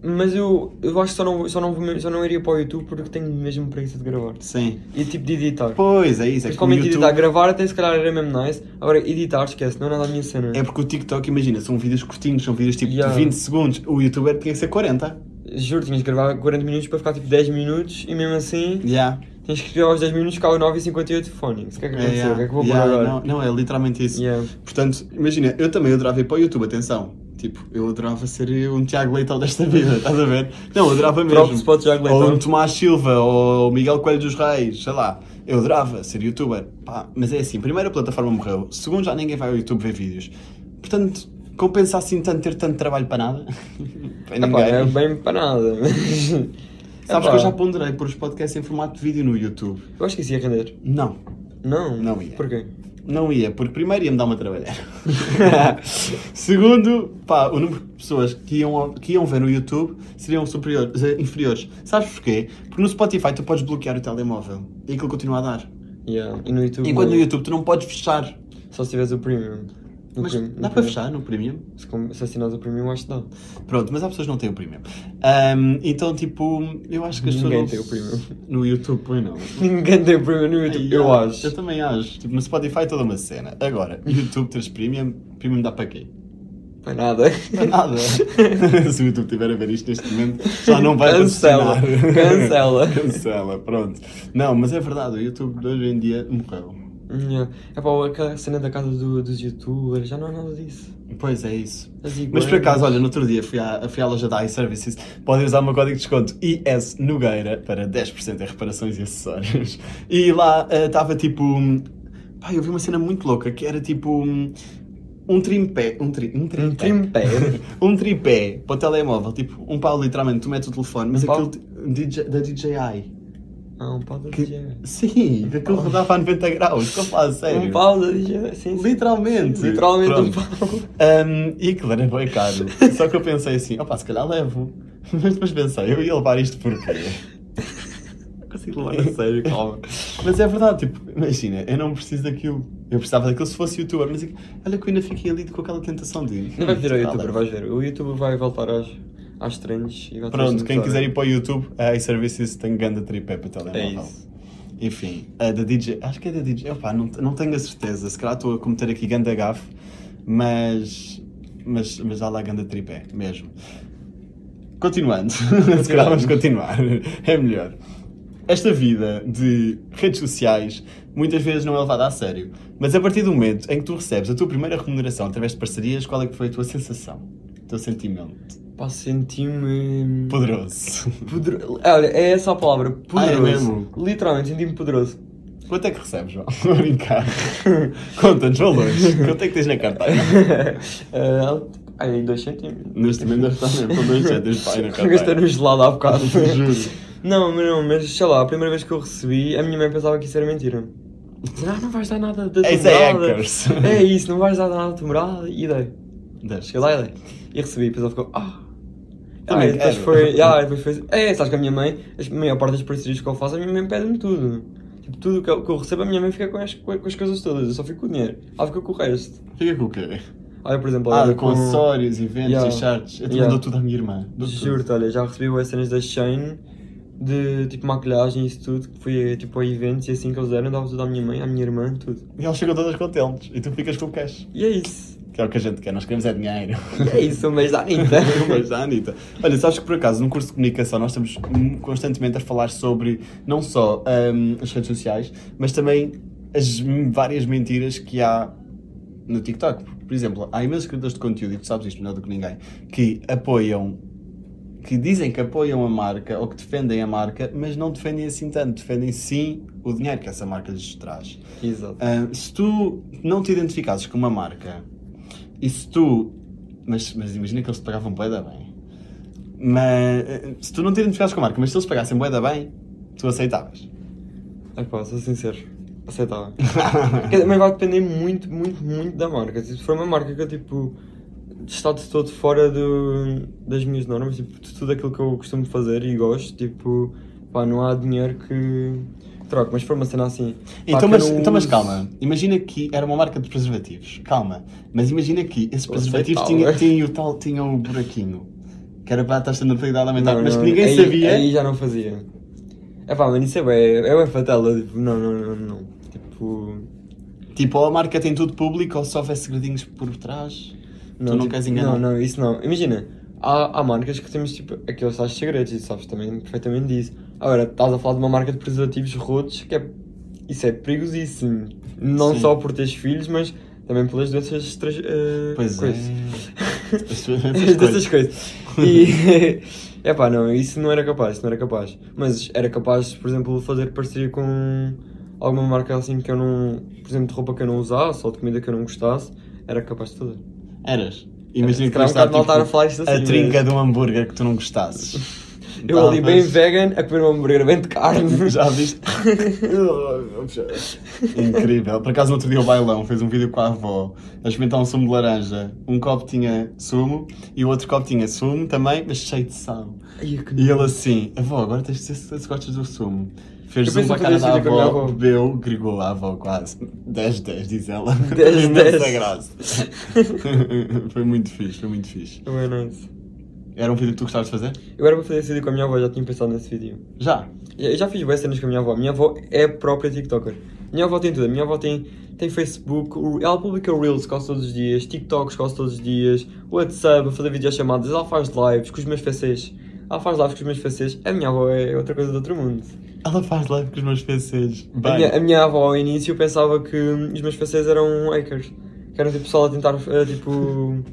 C: Mas eu, eu acho que só não, só, não, vou- só não iria para o YouTube porque tenho mesmo preguiça de gravar.
B: Sim.
C: E tipo de editar.
B: Pois, é isso. É que o
C: Principalmente
B: YouTube...
C: editar. Gravar até se calhar era mesmo nice. Agora editar, esquece, não é nada a minha cena.
B: É porque o TikTok, imagina, são vídeos curtinhos, são vídeos tipo
C: Yeah.
B: de 20 segundos. O youtuber tinha que ser 40.
C: Juro, tinhas de gravar 40 minutos para ficar tipo 10 minutos e mesmo assim
B: Yeah.
C: tens que gravar os 10 minutos, cá o 9 e 58 fone. O que é que aconteceu?
B: Yeah.
C: O que é que vou pôr
B: Yeah,
C: agora?
B: Não, não, é literalmente isso.
C: Yeah.
B: Portanto, imagina, eu também adorava ir para o YouTube, atenção. Tipo, eu adorava ser um Tiago Leitão desta vida, estás a ver? Não, eu adorava mesmo.
C: Props para o Tiago
B: Ou
C: Leitão.
B: um Tomás Silva, ou o Miguel Coelho dos Reis, sei lá. Eu adorava ser youtuber. Pá, mas é assim, primeiro a plataforma morreu, segundo já ninguém vai ao YouTube ver vídeos. Portanto, compensa assim tanto ter tanto trabalho para nada. para
C: Epá, é bem para nada.
B: Sabes
C: Epá,
B: que eu já ponderei pôr os podcasts em formato de vídeo no YouTube.
C: eu acho que isso ia render.
B: Não,
C: Não?
B: Não ia.
C: Porquê?
B: não ia, porque primeiro ia-me dar uma trabalhar. Segundo, pá, o número de pessoas que iam, ao- que iam ver no YouTube seriam superior, eh, inferiores. Sabes porquê? Porque no Spotify tu podes bloquear o telemóvel e aquilo continua a dar.
C: Yeah. E no YouTube?
B: Enquanto
C: não.
B: no YouTube tu não podes fechar.
C: Só se tiveres o premium. No
B: Mas
C: premium- no
B: dá para
C: premium.
B: fechar no Premium?
C: Se, com- se assinares o premium, acho que dá.
B: Pronto, mas há pessoas que não têm o Premium. Ahm, então, tipo, eu acho que as
C: Ninguém tem
B: pessoas.
C: o Premium.
B: No YouTube, pois não.
C: Ninguém tem o premium no YouTube, eu
B: Yeah,
C: acho.
B: Eu também acho. Tipo, no Spotify é toda uma cena. Agora, YouTube teres premium, premium dá para quê?
C: Não é nada.
B: Para nada. Se o YouTube estiver a ver isto neste momento, já não vai
C: Cancela.
B: patrocinar.
C: Cancela.
B: Cancela, pronto. Não, mas é verdade, o YouTube de hoje em dia morreu.
C: Yeah. Epá, aquela cena da casa do- dos youtubers, já não é nada disso.
B: Pois é isso.
C: As iguanas.
B: Mas por acaso, olha, no outro dia fui à, fui à loja da iServices, podem usar o meu código de desconto IS Nogueira para 10% em reparações e acessórios. E lá estava tipo. hum, Pá, eu vi uma cena muito louca que era tipo. hum, Um tripé. Um, tri, um tripé.
C: Um tripé.
B: um tripé para o telemóvel. Tipo, um pau literalmente, tu metes o telefone, mas
C: Um pau?
B: aquilo. t- DJ, da DJI.
C: Ah, um pau da
B: Que-
C: DJ.
B: sim, aquilo rodava a 90 graus, estou a falar a sério.
C: Oh. Um pau da DJ, sim. sim.
B: Literalmente.
C: Literalmente um
B: Pronto.
C: pau.
B: Um, e aquilo era bem caro. Só que eu pensei assim, opá, se calhar levo. Mas depois pensei, eu ia levar isto porquê? Não Consigo levar a sério, calma. Mas é verdade, tipo, imagina, eu não preciso daquilo. Eu precisava daquilo se fosse youtuber, mas olha que eu ainda fiquei ali com aquela tentação de.
C: Não vai pedir ao
B: Ah,
C: youtuber,
B: levo.
C: vais ver. O youtuber vai voltar às, às trends e vai ter
B: Pronto,
C: esta
B: quem quiser
C: história.
B: ir para o YouTube, a iServices tem ganda tripé para
C: né? É
B: telemóvel.
C: isso.
B: Enfim, a da DJ, acho que é da DJ, opá, não, não tenho a certeza, se calhar estou a cometer aqui ganda gafe, mas, mas, mas há lá ganda tripé, mesmo. Continuando, se calhar vamos continuar, é melhor. Esta vida de redes sociais muitas vezes não é levada a sério, mas a partir do momento em que tu recebes a tua primeira remuneração através de parcerias, qual é que foi a tua sensação, o teu sentimento?
C: Pá, senti-me.
B: Poderoso.
C: Poder... Olha, é essa a palavra.
B: Ah,
C: Poderoso.
B: é mesmo?
C: Literalmente, senti-me poderoso.
B: Quanto é que recebes, João? Estou a brincar. Conta-nos valores. Quanto é que tens na carteira?
C: Ah, Ai, dois centímetros.
B: Neste momento deve estar mesmo. Estão dois centos, pai, na carteira.
C: Gastei no gelado há bocado.
B: Juro.
C: Não, mas não, mas sei lá, a primeira vez que eu recebi, a minha mãe pensava que isso era mentira. Dizia, Ah, não vais dar nada da
B: É isso aí,
C: tumbrada.
B: hackers.
C: É isso, não vais dar nada da tumbrada. E dei.
B: Dez.
C: Cheguei lá e dei. E recebi, depois ela ficou, ah. Ah,
B: Também
C: e depois
B: quero.
C: foi, ah, e depois foi, é, sabes que a minha mãe, a maior parte das parcerias que eu faço, a minha mãe pede-me tudo. Tipo, tudo Ah, que eu, que eu recebo, a minha mãe fica com as, com as coisas todas, eu só fico com o dinheiro. Ela fica com o resto.
B: Fica com o quê?
C: Olha, por exemplo,
B: Ah,
C: agora
B: com acessórios, eventos
C: Yeah.
B: e charts. Eu também
C: Yeah.
B: dou tudo à minha irmã. Dou tudo.
C: Juro-te, olha, já recebi as cenas da Shane de tipo maquilhagem e isso tudo, que foi tipo a eventos e assim que eles deram, dava tudo à minha mãe, à minha irmã, tudo.
B: E elas chegam todas contentes. E tu ficas com o cash.
C: E é isso.
B: Que é o que a gente quer. Nós queremos é dinheiro.
C: E é isso, um beijo da Anitta.
B: Um beijo da Anitta. Olha, sabes que por acaso no curso de comunicação nós estamos hum, constantemente a falar sobre não só hum, as redes sociais, mas também as hum, várias mentiras que há no TikTok. Por exemplo, há imensos criadores de conteúdo, e tu sabes isto melhor do que ninguém, que apoiam, que dizem que apoiam a marca ou que defendem a marca, mas não defendem assim tanto. Defendem sim o dinheiro que essa marca lhes traz.
C: Exato.
B: Ah, se tu não te identificasses com uma marca e se tu. Mas, mas imagina que eles te pagavam bué da bem. Mas ah, se tu não te identificasses com a marca, mas se eles pagassem bué da bem, tu aceitavas.
C: É pá, sou sincero. Aceitava. Quer dizer, Mas vai depender muito, muito, muito da marca. Se for uma marca que eu tipo está de todo fora do, das minhas normas, tipo, de tudo aquilo que eu costumo fazer e gosto, tipo, pá, não há dinheiro que, que troque. Mas se for uma cena assim. pá, que
B: Então
C: eu
B: mas,
C: não
B: então, mas
C: uso-
B: calma, imagina que era uma marca de preservativos, calma, mas imagina que esses
C: Eu
B: preservativos tinham,
C: aceitava.
B: tinham, o tal, tinham o buraquinho que era para a taxa de natalidade aumentar,
C: Não,
B: mas
C: não,
B: que ninguém
C: aí-
B: sabia.
C: Aí já não fazia. É pá, mano, isso é bem, é bem fatal. eu, tipo, não, não, não, não. Tipo.
B: Tipo, ou a marca tem tudo público ou só houver segredinhos por trás. tu não
C: tipo,
B: queres enganar.
C: Não, não, isso não. Imagina, há, há marcas que temos tipo aqueles tais segredos e sabes também perfeitamente disso. Agora, estás a falar de uma marca de preservativos rotos que é. Isso é perigosíssimo. Não
B: Sim.
C: só por teres filhos, mas também pelas doenças. Estras, eh,
B: Pois é.
C: coisas.
B: As suas- as suas
C: Dessas coisas. E. É pá, não, isso não era capaz, isso não era capaz. Mas era capaz, por exemplo, de fazer parceria com alguma marca assim que eu não. Por exemplo, de roupa que eu não usasse ou de comida que eu não gostasse, era capaz de fazer.
B: Eras.
C: Se
B: Imagina que
C: calhar
B: tu
C: um
B: estava
C: bocado mal
B: tipo,
C: estar a falar isto assim.
B: a
C: mas-
B: trinca de um hambúrguer que tu não gostasses.
C: Eu
B: Tá,
C: ali bem
B: mas-
C: vegan a comer um hambúrguer bem de carne.
B: Já viste? Incrível. Por acaso, no outro dia, o Bailão fez um vídeo com a avó a experimentar um sumo de laranja. Um copo tinha sumo e o outro copo tinha sumo também, mas cheio de sal.
C: Ai, que
B: E ele assim, avó, agora tens de dizer se- se gostas do sumo. Fez
C: Eu
B: zoom
C: penso
B: para a
C: em
B: cara
C: fazer
B: da
C: isso assim com a minha
B: avó,
C: avó.
B: bebeu, grigou a avó quase. 10, 10, diz ela.
C: 10,
B: Imensa
C: 10.
B: graça. foi muito fixe, foi muito fixe.
C: Não é nice.
B: Era um vídeo que tu gostavas de fazer?
C: Eu era para fazer esse vídeo com a minha avó, já tinha pensado nesse vídeo.
B: Já.
C: Eu já fiz boas cenas com a minha avó. Minha avó é a própria TikToker. Minha avó tem tudo. A minha avó tem, tem Facebook, o- ela publica Reels quase todos os dias, TikToks quase todos os dias, WhatsApp, a fazer videochamadas, ela faz lives com os meus PCs. Ela faz lives com os meus PCs. A minha avó é outra coisa de outro mundo.
B: Ela faz live com os meus PCs. Bem,
C: A minha, a minha avó ao início pensava que hum, os meus PCs eram hackers. Que eram tipo pessoal a tentar, eh, tipo.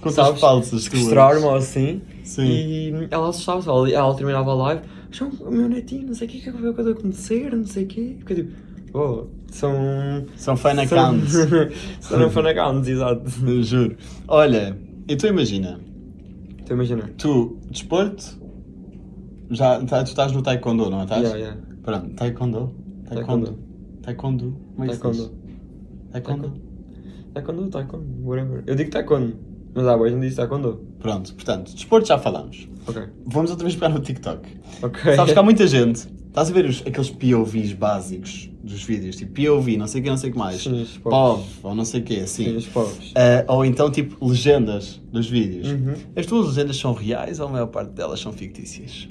B: contas
C: sabes,
B: falsas. tuas.
C: sequestrar-me ou assim.
B: Sim.
C: E hum, ela assustava-se, ela, ela terminava a live. João, o meu netinho, não sei o que, que é que vai acontecer, não sei o quê. Fica tipo, oh, são.
B: São fan
C: são-
B: accounts.
C: são fan accounts, exato.
B: Juro. Olha, e tu imagina,
C: Estou a imaginar.
B: tu, desporto, já, tá- tu estás no taekwondo, não estás?
C: Yeah, yeah.
B: Pronto, taekwondo. Taekwondo. Taekwondo. Como é que se diz?
C: Taekwondo.
B: Taekwondo.
C: Taekwondo, taekwondo, whatever. Eu digo taekwondo, mas há boas não diz taekwondo.
B: Pronto, portanto, desporto já falamos.
C: Ok.
B: Vamos outra vez pegar no TikTok.
C: Ok.
B: Sabes que há muita gente. Estás a ver os- aqueles POVs básicos dos vídeos? Tipo POV, não sei o que, não sei o que mais.
C: Sim, os povs.
B: POV, ou não sei o que,
C: Sim,
B: assim.
C: os povos.
B: Ah, ou então, tipo, legendas dos vídeos.
C: Uhum.
B: As tuas legendas são reais ou a maior parte delas são fictícias?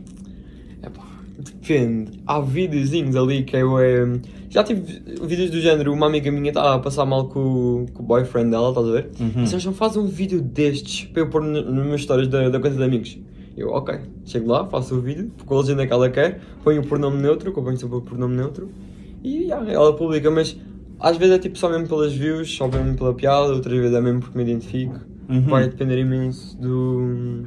C: Epá, Depende. Há videozinhos ali que eu é. Já tive vídeos do género, uma amiga minha está a passar mal com, o- com o boyfriend dela, estás a ver?
B: Uhum.
C: Uhum. Vocês não fazem um vídeo destes para eu pôr no- nas minhas histórias da, da conta de amigos. Eu, ok, chego lá, faço o vídeo, com a legenda que ela quer, ponho o pronome neutro, que eu ponho sempre o pronome neutro, e já, ela publica, mas às vezes é tipo só mesmo pelas views, só mesmo pela piada, outras vezes é mesmo porque me identifico.
B: Uhum.
C: Vai depender imenso do.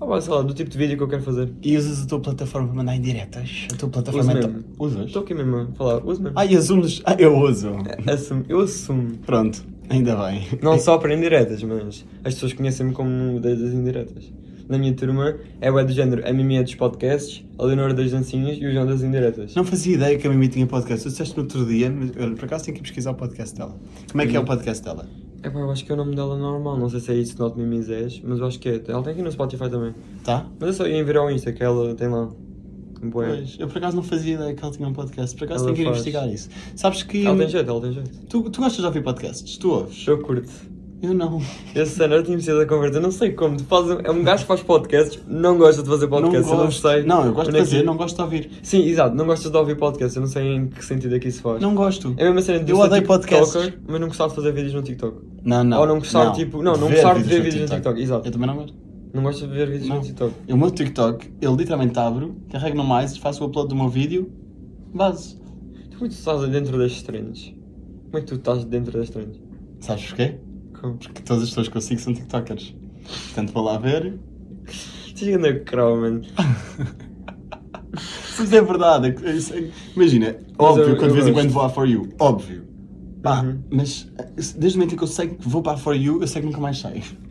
C: Ah, pá, sei lá, do tipo de vídeo que eu quero fazer.
B: E usas a tua plataforma para mandar indiretas? A tua plataforma
C: Uso
B: é-
C: mesmo.
B: Usas?
C: Estou aqui mesmo a falar, uso mesmo.
B: Ah, e assumes? Ah, eu uso.
C: Assumo, eu assumo.
B: Pronto, ainda bem.
C: Não só para indiretas, mas as pessoas conhecem-me como o das das indiretas. Na minha turma é o do género, a Mimi é dos podcasts, a Leonora das dancinhas e o João das indiretas.
B: Não fazia ideia que a Mimi tinha podcast. Tu disseste no outro dia, mas olha, por acaso tenho que pesquisar o podcast dela. Como é que é o
C: Uhum.
B: podcast dela?
C: É pá, eu acho que é o nome dela normal, não sei se é isso, Not Mimi's Ash, mas eu acho que é. Ela tem aqui no Spotify também.
B: Tá?
C: Mas eu só ia enviar ao Insta, que ela tem lá. Um poema.
B: Pois, eu por acaso não fazia ideia que ela tinha um podcast. Por acaso
C: Ela
B: tenho que ir
C: faz.
B: investigar isso. Sabes que.
C: Ela tem jeito, ela tem jeito.
B: Tu, tu gostas de ouvir podcasts? Tu ouves?
C: Eu curto.
B: Eu não.
C: Esse ano eu tinha sido a conversa, não sei como. Tu fazes- é um gajo que faz podcasts, não gosta de fazer podcasts, eu não sei.
B: Não, eu gosto de
C: onde é que-
B: fazer, não gosto de ouvir.
C: Sim, exato, não gostas de ouvir podcasts, eu não sei em que sentido é que isso faz.
B: Não gosto.
C: É a mesma cena de
B: Eu
C: ser
B: odeio
C: TikToker,
B: podcasts.
C: mas não gostava de fazer vídeos no TikTok.
B: Não, não.
C: Ou não gostar, tipo- não, não gostar de ver vídeos no TikTok, exato.
B: Eu também não gosto.
C: Não gostas de ver vídeos
B: Não.
C: no TikTok.
B: O meu TikTok, eu literalmente abro, carrego no mais, faço o upload do meu vídeo, base.
C: Como é que tu estás dentro das trends? Como é que tu estás dentro das trends?
B: Sabes porquê?
C: Como?
B: Porque todas as pessoas que eu sigo são TikTokers. Portanto, vou lá ver.
C: Chega na crow, mano.
B: Mas é verdade. é que- é isso, é- Imagina, óbvio,
C: eu-
B: quando
C: eu
B: de vez em
C: gosto.
B: quando vou à For You, óbvio. Pá,
C: Uhum.
B: mas eh, desde o momento em que eu sei que vou para a For You, eu sei que nunca mais saio.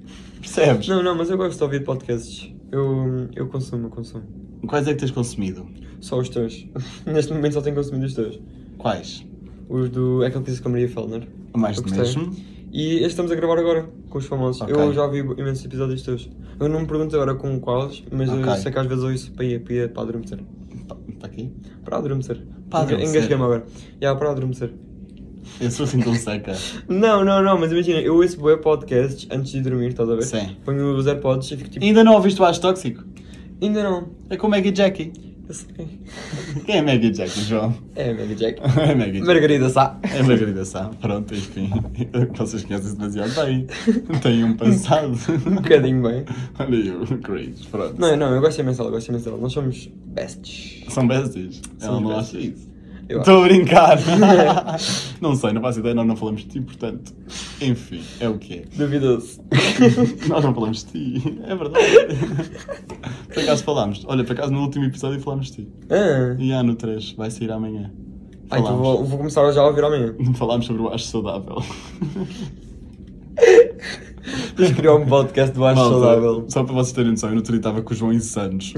B: Percebes?
C: Não, não, mas eu gosto de ouvir podcasts. Eu, eu consumo, eu consumo.
B: Quais é que tens consumido?
C: Só os teus. Neste momento só tenho consumido os teus.
B: Quais?
C: Os do É aquele que disse com a Maria Fellner.
B: O mais
C: Eu
B: do
C: gostei.
B: mesmo?
C: E este estamos a gravar agora, com os famosos.
B: Ok.
C: Eu já ouvi imensos episódios teus. Eu não me pergunto agora com quais, mas
B: Ok.
C: eu sei que às vezes ouço para ir, para, ir, para adormecer.
B: Está tá aqui?
C: Para adormecer.
B: Para adormecer.
C: Engasguei-me agora. Já, para adormecer.
B: Eu sou assim tão seca.
C: Não, não, não, mas imagina, eu ouço bué podcasts antes de dormir, estás a ver?
B: Sim.
C: Ponho os AirPods e fico tipo,
B: Ainda não ouviste o Baixo Tóxico?
C: ainda não.
B: É com Maggie Jackie.
C: Eu sei.
B: Quem é Maggie Jackie, João?
C: É, Mary Jack.
B: É Maggie Jackie.
C: Margarida Sá.
B: É Margarida Sá, pronto, enfim. Vocês conhecem demasiado bem. Tem um passado.
C: Um bocadinho bem.
B: Olha eu, crazy, pronto.
C: Não, não, eu gosto imenso dela, gosto imenso dela. Nós somos besties.
B: São besties. Ela
C: Somos
B: não acha
C: besties.
B: isso.
C: Eu
B: Estou a brincar. não sei, não faço ideia, nós não falamos de ti, portanto. Enfim, é o que é.
C: acho. Duvidoso.
B: Nós não falamos de ti, é verdade. por acaso falámos. Olha, por acaso no último episódio falámos de ti.
C: Ah.
B: E há no 3, vai sair amanhã.
C: Ah, então
B: Falámos.
C: vou, vou começar já a ouvir amanhã.
B: Falámos sobre o acho saudável.
C: Tens de criar um podcast do Acho
B: Malta,
C: Saudável.
B: Só para vocês terem noção, eu no outro dia estava com o João Insanos.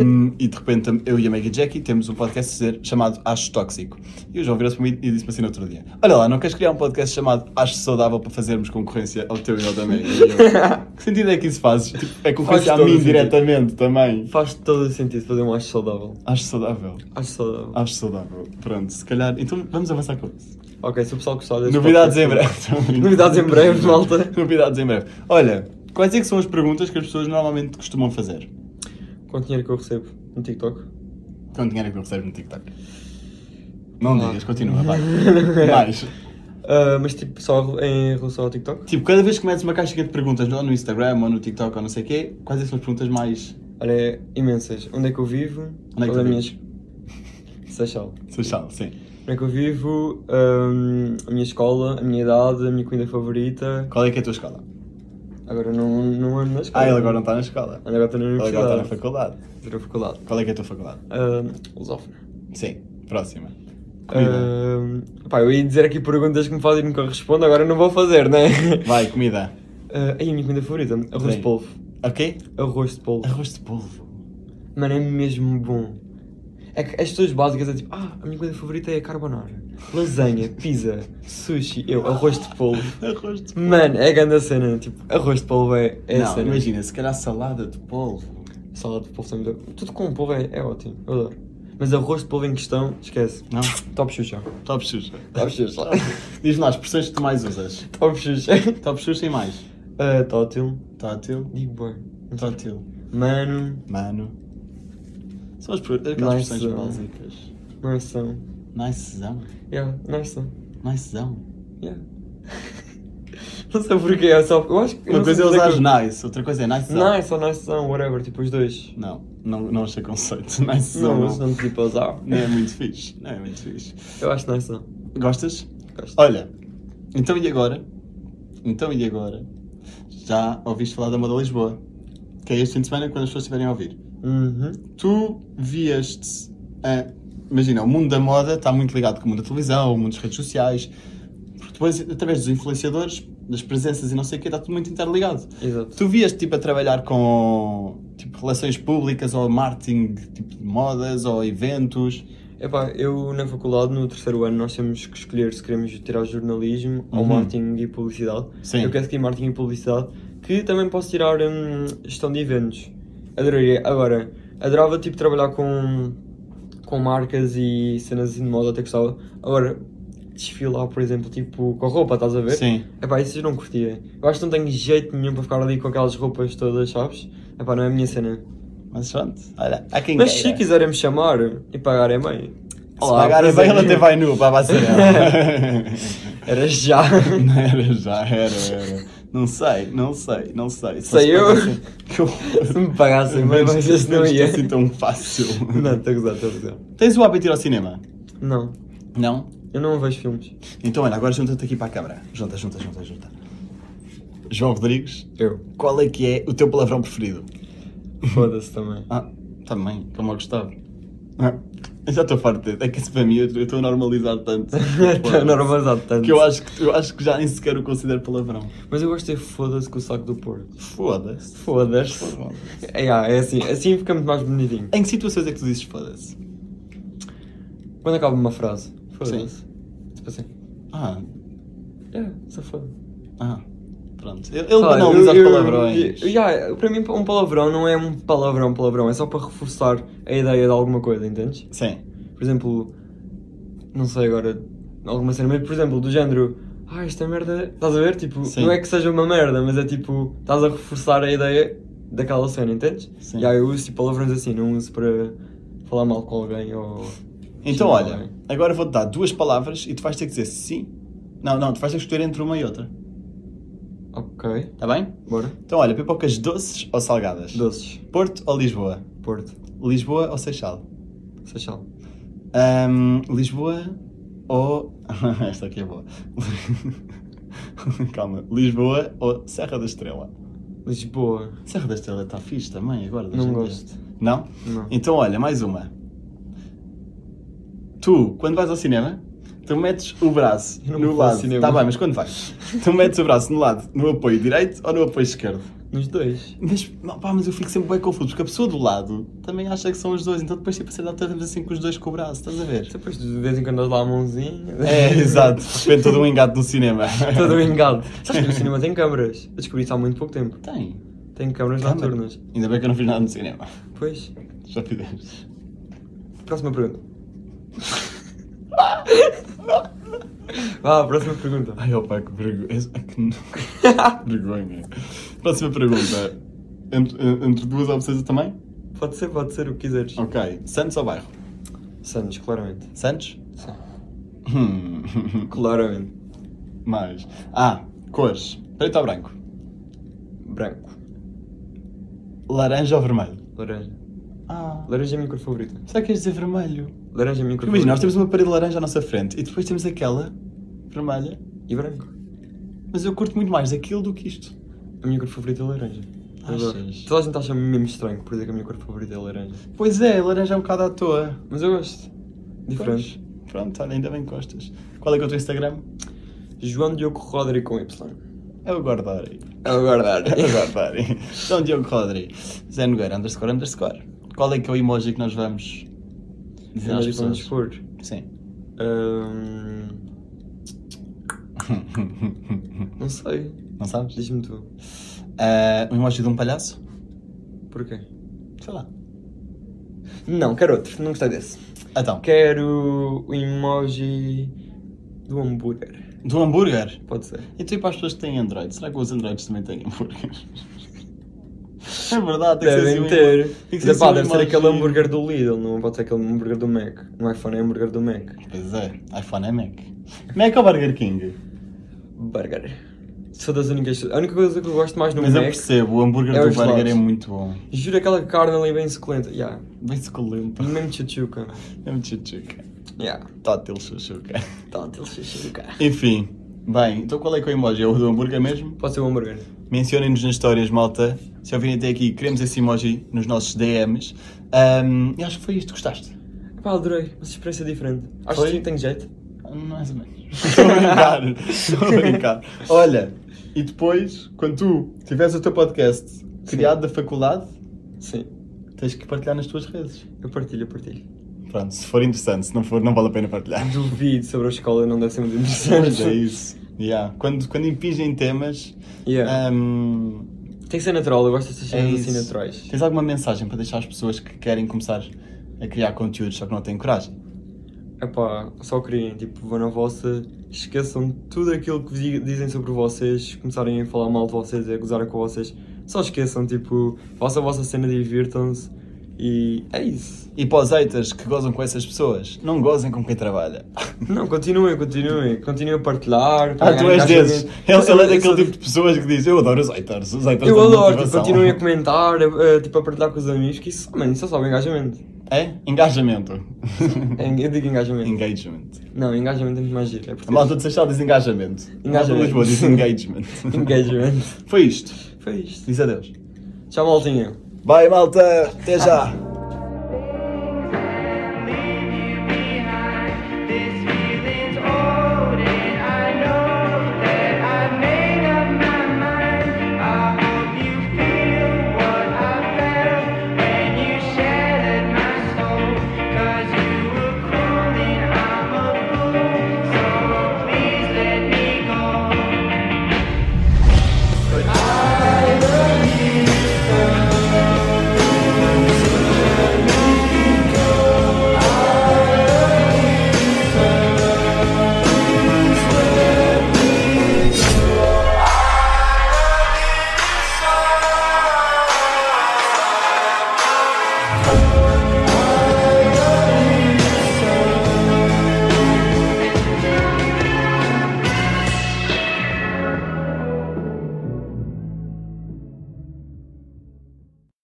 B: Um, e de repente eu e a Maggie Jackie temos um podcast ser- chamado Acho Tóxico. E o João virou-se para mim e disse-me assim no outro dia: Olha lá, não queres criar um podcast chamado Acho Saudável para fazermos concorrência ao teu e ao da Maggie? E eu, que sentido é que isso fazes? Tipo, é concorrência
C: Faz
B: a
C: todo
B: mim
C: o sentido.
B: diretamente também.
C: Faz todo o sentido fazer um Acho Saudável.
B: Acho saudável.
C: Acho Saudável.
B: Acho saudável. Pronto, se calhar. Então vamos avançar com isso.
C: Ok, se o pessoal gostar desse
B: Novidades em breve.
C: podcast- Novidades em breve, malta.
B: Novidades em breve. Olha, quais é que são as perguntas que as pessoas normalmente costumam fazer?
C: Quanto dinheiro que eu recebo no TikTok?
B: Quanto dinheiro é que eu recebo no TikTok? Não
C: Ah.
B: digas, continua, vai. Mais.
C: Ah, mas tipo, só em relação ao TikTok?
B: Tipo, cada vez que metes uma caixinha de perguntas, ou no Instagram, ou no TikTok, ou não sei o quê, quais é que são as perguntas mais...
C: Olha, é imensas. Onde é que eu vivo?
B: Onde é que
C: Qual
B: tu
C: a minha
B: vives?
C: es- Seixal.
B: Seixal, sim.
C: Onde é que eu vivo? Ahm, a minha escola, a minha idade, a minha comida favorita.
B: Qual é que é a tua escola?
C: Agora não, não ando na escola.
B: Ah, ele agora não está na escola.
C: Ando agora estou na
B: Ele agora está na
C: universidade.
B: faculdade.
C: Estou na faculdade.
B: Qual é que é a tua faculdade?
C: Um, Lusófona.
B: Sim, próxima. Comida.
C: Ahm, pá, eu ia dizer aqui perguntas que me fazem e nunca respondo, agora não vou fazer, né?
B: Vai, comida.
C: Ah, aí a minha comida favorita, arroz
B: Sim.
C: de polvo.
B: Ok?
C: Arroz de polvo.
B: Arroz de polvo.
C: Mano, é mesmo bom. É que as pessoas básicas é tipo, ah, a minha comida favorita é carbonara, lasanha, pizza, sushi, eu, arroz de polvo.
B: Arroz de
C: Mano, é grande a cena, tipo, arroz de polvo é, é a
B: não,
C: cena.
B: imagina, se calhar salada de polvo.
C: Salada de polvo também, dá- tudo com polvo é, é ótimo, eu adoro. Mas arroz de polvo em questão, esquece.
B: Não?
C: Top xuxa.
B: Top Xuxa.
C: Top Xuxa.
B: Diz-me lá as expressões que tu mais usas.
C: Top xuxa.
B: Top Xuxa e mais.
C: Ah, tótil.
B: Tótil.
C: Digo bem.
B: Tótil.
C: Mano,
B: Mano. São as, per- aquelas
C: Nice.
B: expressões básicas.
C: não são.
B: Nicezão.
C: Yeah, não são.
B: Nicezão.
C: Yeah. Não sei porquê, é só. Eu acho que. eu
B: Uma
C: não
B: coisa
C: sei
B: é
C: dizer
B: usar
C: que-
B: nice, outra coisa é nicezão.
C: Nice ou nice são, whatever, tipo os dois.
B: Não, não, não achei conceito. Nicezão
C: Não,
B: não.
C: mas não tipo usar.
B: Não é muito fixe. Não é muito fixe.
C: Eu acho nice não.
B: Gostas?
C: Gosto.
B: Olha, então e agora? Então e agora? Já ouviste falar da moda Lisboa? Que é este fim de semana quando as pessoas estiverem a ouvir.
C: Uhum.
B: tu vieste. ah, imagina, o mundo da moda está muito ligado com o mundo da televisão, o mundo das redes sociais, porque depois, através dos influenciadores, das presenças e não sei o que, está tudo muito interligado.
C: Exato.
B: Tu vieste tipo, a trabalhar com tipo, relações públicas ou marketing tipo, de modas ou eventos.
C: Epá, eu na faculdade, no terceiro ano, nós temos que escolher se queremos tirar jornalismo ou
B: Uhum.
C: marketing e publicidade.
B: Sim.
C: Eu quero seguir marketing e publicidade, que também posso tirar hum, gestão de eventos. Adoraria. Agora, adorava tipo trabalhar com, com marcas e cenas assim de moda, até gostava. Agora, desfilar, por exemplo, tipo, com roupa, estás a ver?
B: Sim.
C: Epá, isso eu não curtia. Eu acho que não tenho jeito nenhum para ficar ali com aquelas roupas todas, sabes? Epá, não é a minha cena.
B: Mas pronto, olha, há quem
C: Mas se
B: queira.
C: quiserem me chamar e pagarem bem.
B: Se pagarem bem, ele até vai nu para a vacina.
C: Era já.
B: Não era, já era, era. Não sei, não sei, não sei. Só
C: Sei
B: se
C: eu.
B: pagassem- Que eu...
C: Se me pagassem bem,
B: Menos-
C: mas esse não
B: menos
C: ia.
B: assim tão fácil.
C: Não, estou a gozar, estou a gozar.
B: Tens o hábito de ir ao cinema?
C: Não,
B: Não?
C: eu não vejo filmes.
B: Então olha, agora junta-te aqui para a câmara. Junta, junta, junta, junta. João Rodrigues,
C: Eu.
B: qual é que é o teu palavrão preferido?
C: Foda-se também.
B: Ah,
C: tá
B: também, como o Gustavo. Ah, eu já estou farto de... É que isso para mim, eu eu estou a normalizar tanto.
C: Está normalizado tanto.
B: Que eu acho que, eu acho que já nem sequer o considero palavrão.
C: Mas eu gosto de ter foda-se com o saco do Porto.
B: Foda-se.
C: Foda-se. É, é assim, assim fica muito mais bonitinho.
B: Em que situações é que tu dizes foda-se?
C: Quando acaba uma frase, foda-se. Tipo assim.
B: Ah,
C: É, só foda
B: ah, pronto. Ele ele banaliza os palavrões.
C: Eu, yeah, para mim, um palavrão não é um palavrão, palavrão. É só para reforçar a ideia de alguma coisa, entendes?
B: Sim.
C: Por exemplo, não sei agora, alguma cena, mas por exemplo, do género. Ah, esta merda. Estás a ver? Tipo,
B: Sim.
C: não é que seja uma merda, mas é tipo. Estás a reforçar a ideia daquela cena, entendes?
B: Sim.
C: E aí eu uso tipo, palavrões assim, não uso para falar mal com alguém ou.
B: Então
C: Sim,
B: olha,
C: bem.
B: agora vou-te dar duas palavras e tu vais ter que dizer sim. Não, não, tu vais ter que escolher entre uma e outra.
C: Ok,
B: Está bem?
C: bora.
B: Então olha, pipocas doces ou salgadas?
C: Doces.
B: Porto ou Lisboa?
C: Porto.
B: Lisboa ou Seixal?
C: Seixal.
B: Ahm, Lisboa ou. Esta aqui é boa. Calma. Lisboa ou Serra da Estrela?
C: Lisboa.
B: Serra da Estrela está fixe também agora.
C: Não
B: deixa eu ver.
C: gosto.
B: Não?
C: Não.
B: Então olha, mais uma. Tu, quando vais ao cinema, tu metes o braço
C: Eu não
B: no
C: vou ao
B: lado.
C: cinema.
B: Tá bem, mas quando vais? Tu metes o braço no lado, no apoio direito ou no apoio esquerdo?
C: Nos dois.
B: Mas, não, pá, mas eu fico sempre bem confuso, porque a pessoa do lado também acha que são os dois, então depois tipo, a certa altura estamos assim com os dois com o braço, estás a ver?
C: Depois de vez em quando dás lá a mãozinha.
B: É, exato, de repente todo um engado no cinema.
C: Todo um engado. Sabes que o cinema tem câmaras? Eu descobri isso há muito pouco tempo.
B: Tem.
C: Tem câmaras
B: Câmara.
C: noturnas.
B: Ainda bem que eu não fiz nada no cinema.
C: Pois.
B: Já fizeste.
C: Próxima pergunta. Vá, próxima pergunta.
B: Ai, opa, que vergonha. Ai, que no- vergonha. Próxima pergunta. Entre, eh, entre duas opções eu também?
C: Pode ser, pode ser o que quiseres.
B: Ok. Santos ou bairro?
C: Santos, claramente.
B: Santos?
C: Sim.
B: Hum.
C: Claramente.
B: Mais. Ah, cores. Preto ou branco?
C: Branco.
B: Laranja ou vermelho?
C: Laranja.
B: Ah.
C: Laranja é a minha cor favorita.
B: Será que queres dizer vermelho?
C: Laranja é a minha cor
B: Porque imagina, nós
C: favorita.
B: temos uma parede laranja à nossa frente e depois temos aquela vermelha.
C: E branco.
B: Mas eu curto muito mais daquilo do que isto.
C: A minha cor favorita é laranja.
B: Ah,
C: Adoro.
B: Achas?
C: Toda a gente acha mesmo estranho por dizer que a minha cor favorita é laranja.
B: Pois é, laranja é um bocado à toa.
C: Mas eu gosto. Diferente.
B: Pois. Pronto, olha, ainda bem que gostas. Qual é que é o teu Instagram?
C: João Diogo Rodri com Y.
B: É o Gordari.
C: É o guardar.
B: É o Gordari. Então, Diogo Rodri. Zé Nogueira, underscore, underscore. Qual é que é o emoji que nós vamos dizer às
C: Nós vamos
B: pessoas?
C: expor.
B: Sim.
C: Ahm, não sei.
B: Não sabes?
C: Diz-me tu.
B: Ah, o emoji de um palhaço?
C: Porquê?
B: Sei lá.
C: Não, quero outro. Não gostei desse.
B: Então,
C: Quero o emoji do hambúrguer.
B: do um hambúrguer?
C: Pode ser.
B: Então, e para as pessoas que têm Android? Será que os Androids também têm hambúrguer? É verdade, tem que ser assim
C: Devem
B: um
C: ter.
B: emo- Tem que ser
C: Mas, pá,
B: assim um
C: deve ser
B: emoji.
C: aquele hambúrguer do Lidl, não pode ser aquele hambúrguer do Mac. No iPhone é hambúrguer do Mac.
B: Pois é, iPhone é Mac. Mac ou Burger King?
C: Burger. Sou das únicas. A única coisa que eu gosto mais no
B: Mas eu
C: Mac.
B: percebo, o hambúrguer
C: é
B: do
C: os
B: Burger
C: lados.
B: é muito bom.
C: Juro aquela carne ali é bem suculenta. Yeah.
B: Bem suculento.
C: Mesmo chuchuca.
B: É muito Tá, chuchuca.
C: Yeah.
B: Tótil chuchuca.
C: Tótil chuchuca.
B: Enfim, bem, então qual é que é o emoji? É o do hambúrguer mesmo?
C: Pode ser um hambúrguer.
B: Mencionem-nos nas histórias, malta. Se ouvirem até aqui, queremos esse emoji nos nossos DMs. Ahm, e acho que foi isto. Gostaste?
C: Pá, adorei. Uma experiência diferente. Acho
B: Foi?
C: que sim, tenho jeito.
B: Mais ou menos. Estou a brincar. Estou a brincar. Olha, e depois, quando tu tiveres o teu podcast criado da faculdade,
C: Sim.
B: tens que partilhar nas tuas redes.
C: Eu partilho, eu partilho.
B: Pronto, se for interessante, se não for, não vale a pena partilhar.
C: Duvido sobre a escola, não deve ser muito
B: Pois
C: interessante.
B: é isso. Yeah. Quando, quando impingem temas.
C: Yeah.
B: ahm,
C: Tem que ser natural, eu gosto dessas
B: é
C: cenas assim
B: isso.
C: naturais.
B: Tens alguma mensagem para deixar às pessoas que querem começar a criar conteúdos só que não têm coragem?
C: Epá, só criem, tipo, vão na vossa, esqueçam tudo aquilo que di- dizem sobre vocês, começarem a falar mal de vocês, a gozar com vocês. Só esqueçam, tipo, façam a vossa cena, divirtam-se e é isso.
B: E para os haters que gozam com essas pessoas, não gozem com quem trabalha.
C: Não, continuem, continuem, continuem a partilhar.
B: Ah, tu és
C: engajamento.
B: desses.
C: Eu
B: Ele, ele é
C: sou- eu sou
B: daquele tipo de pessoas que diz: Eu adoro os haters. Os haters
C: Eu
B: dão
C: adoro, tipo,
B: motivação."
C: continuem a comentar, a- a- tipo, a partilhar com os amigos, que isso, mano, isso é só engajamento.
B: É? Engajamento.
C: É, Eu digo engajamento.
B: Engagement.
C: Não, engajamento é muito mais giro, é
B: A
C: português.
B: malta de Seixal diz engajamento. A malta de
C: Engajamento.
B: Lisboa diz engagement.
C: Engagement.
B: Foi isto.
C: Foi isto.
B: Diz adeus.
C: Tchau, maltinha.
B: Vai, malta. Até já.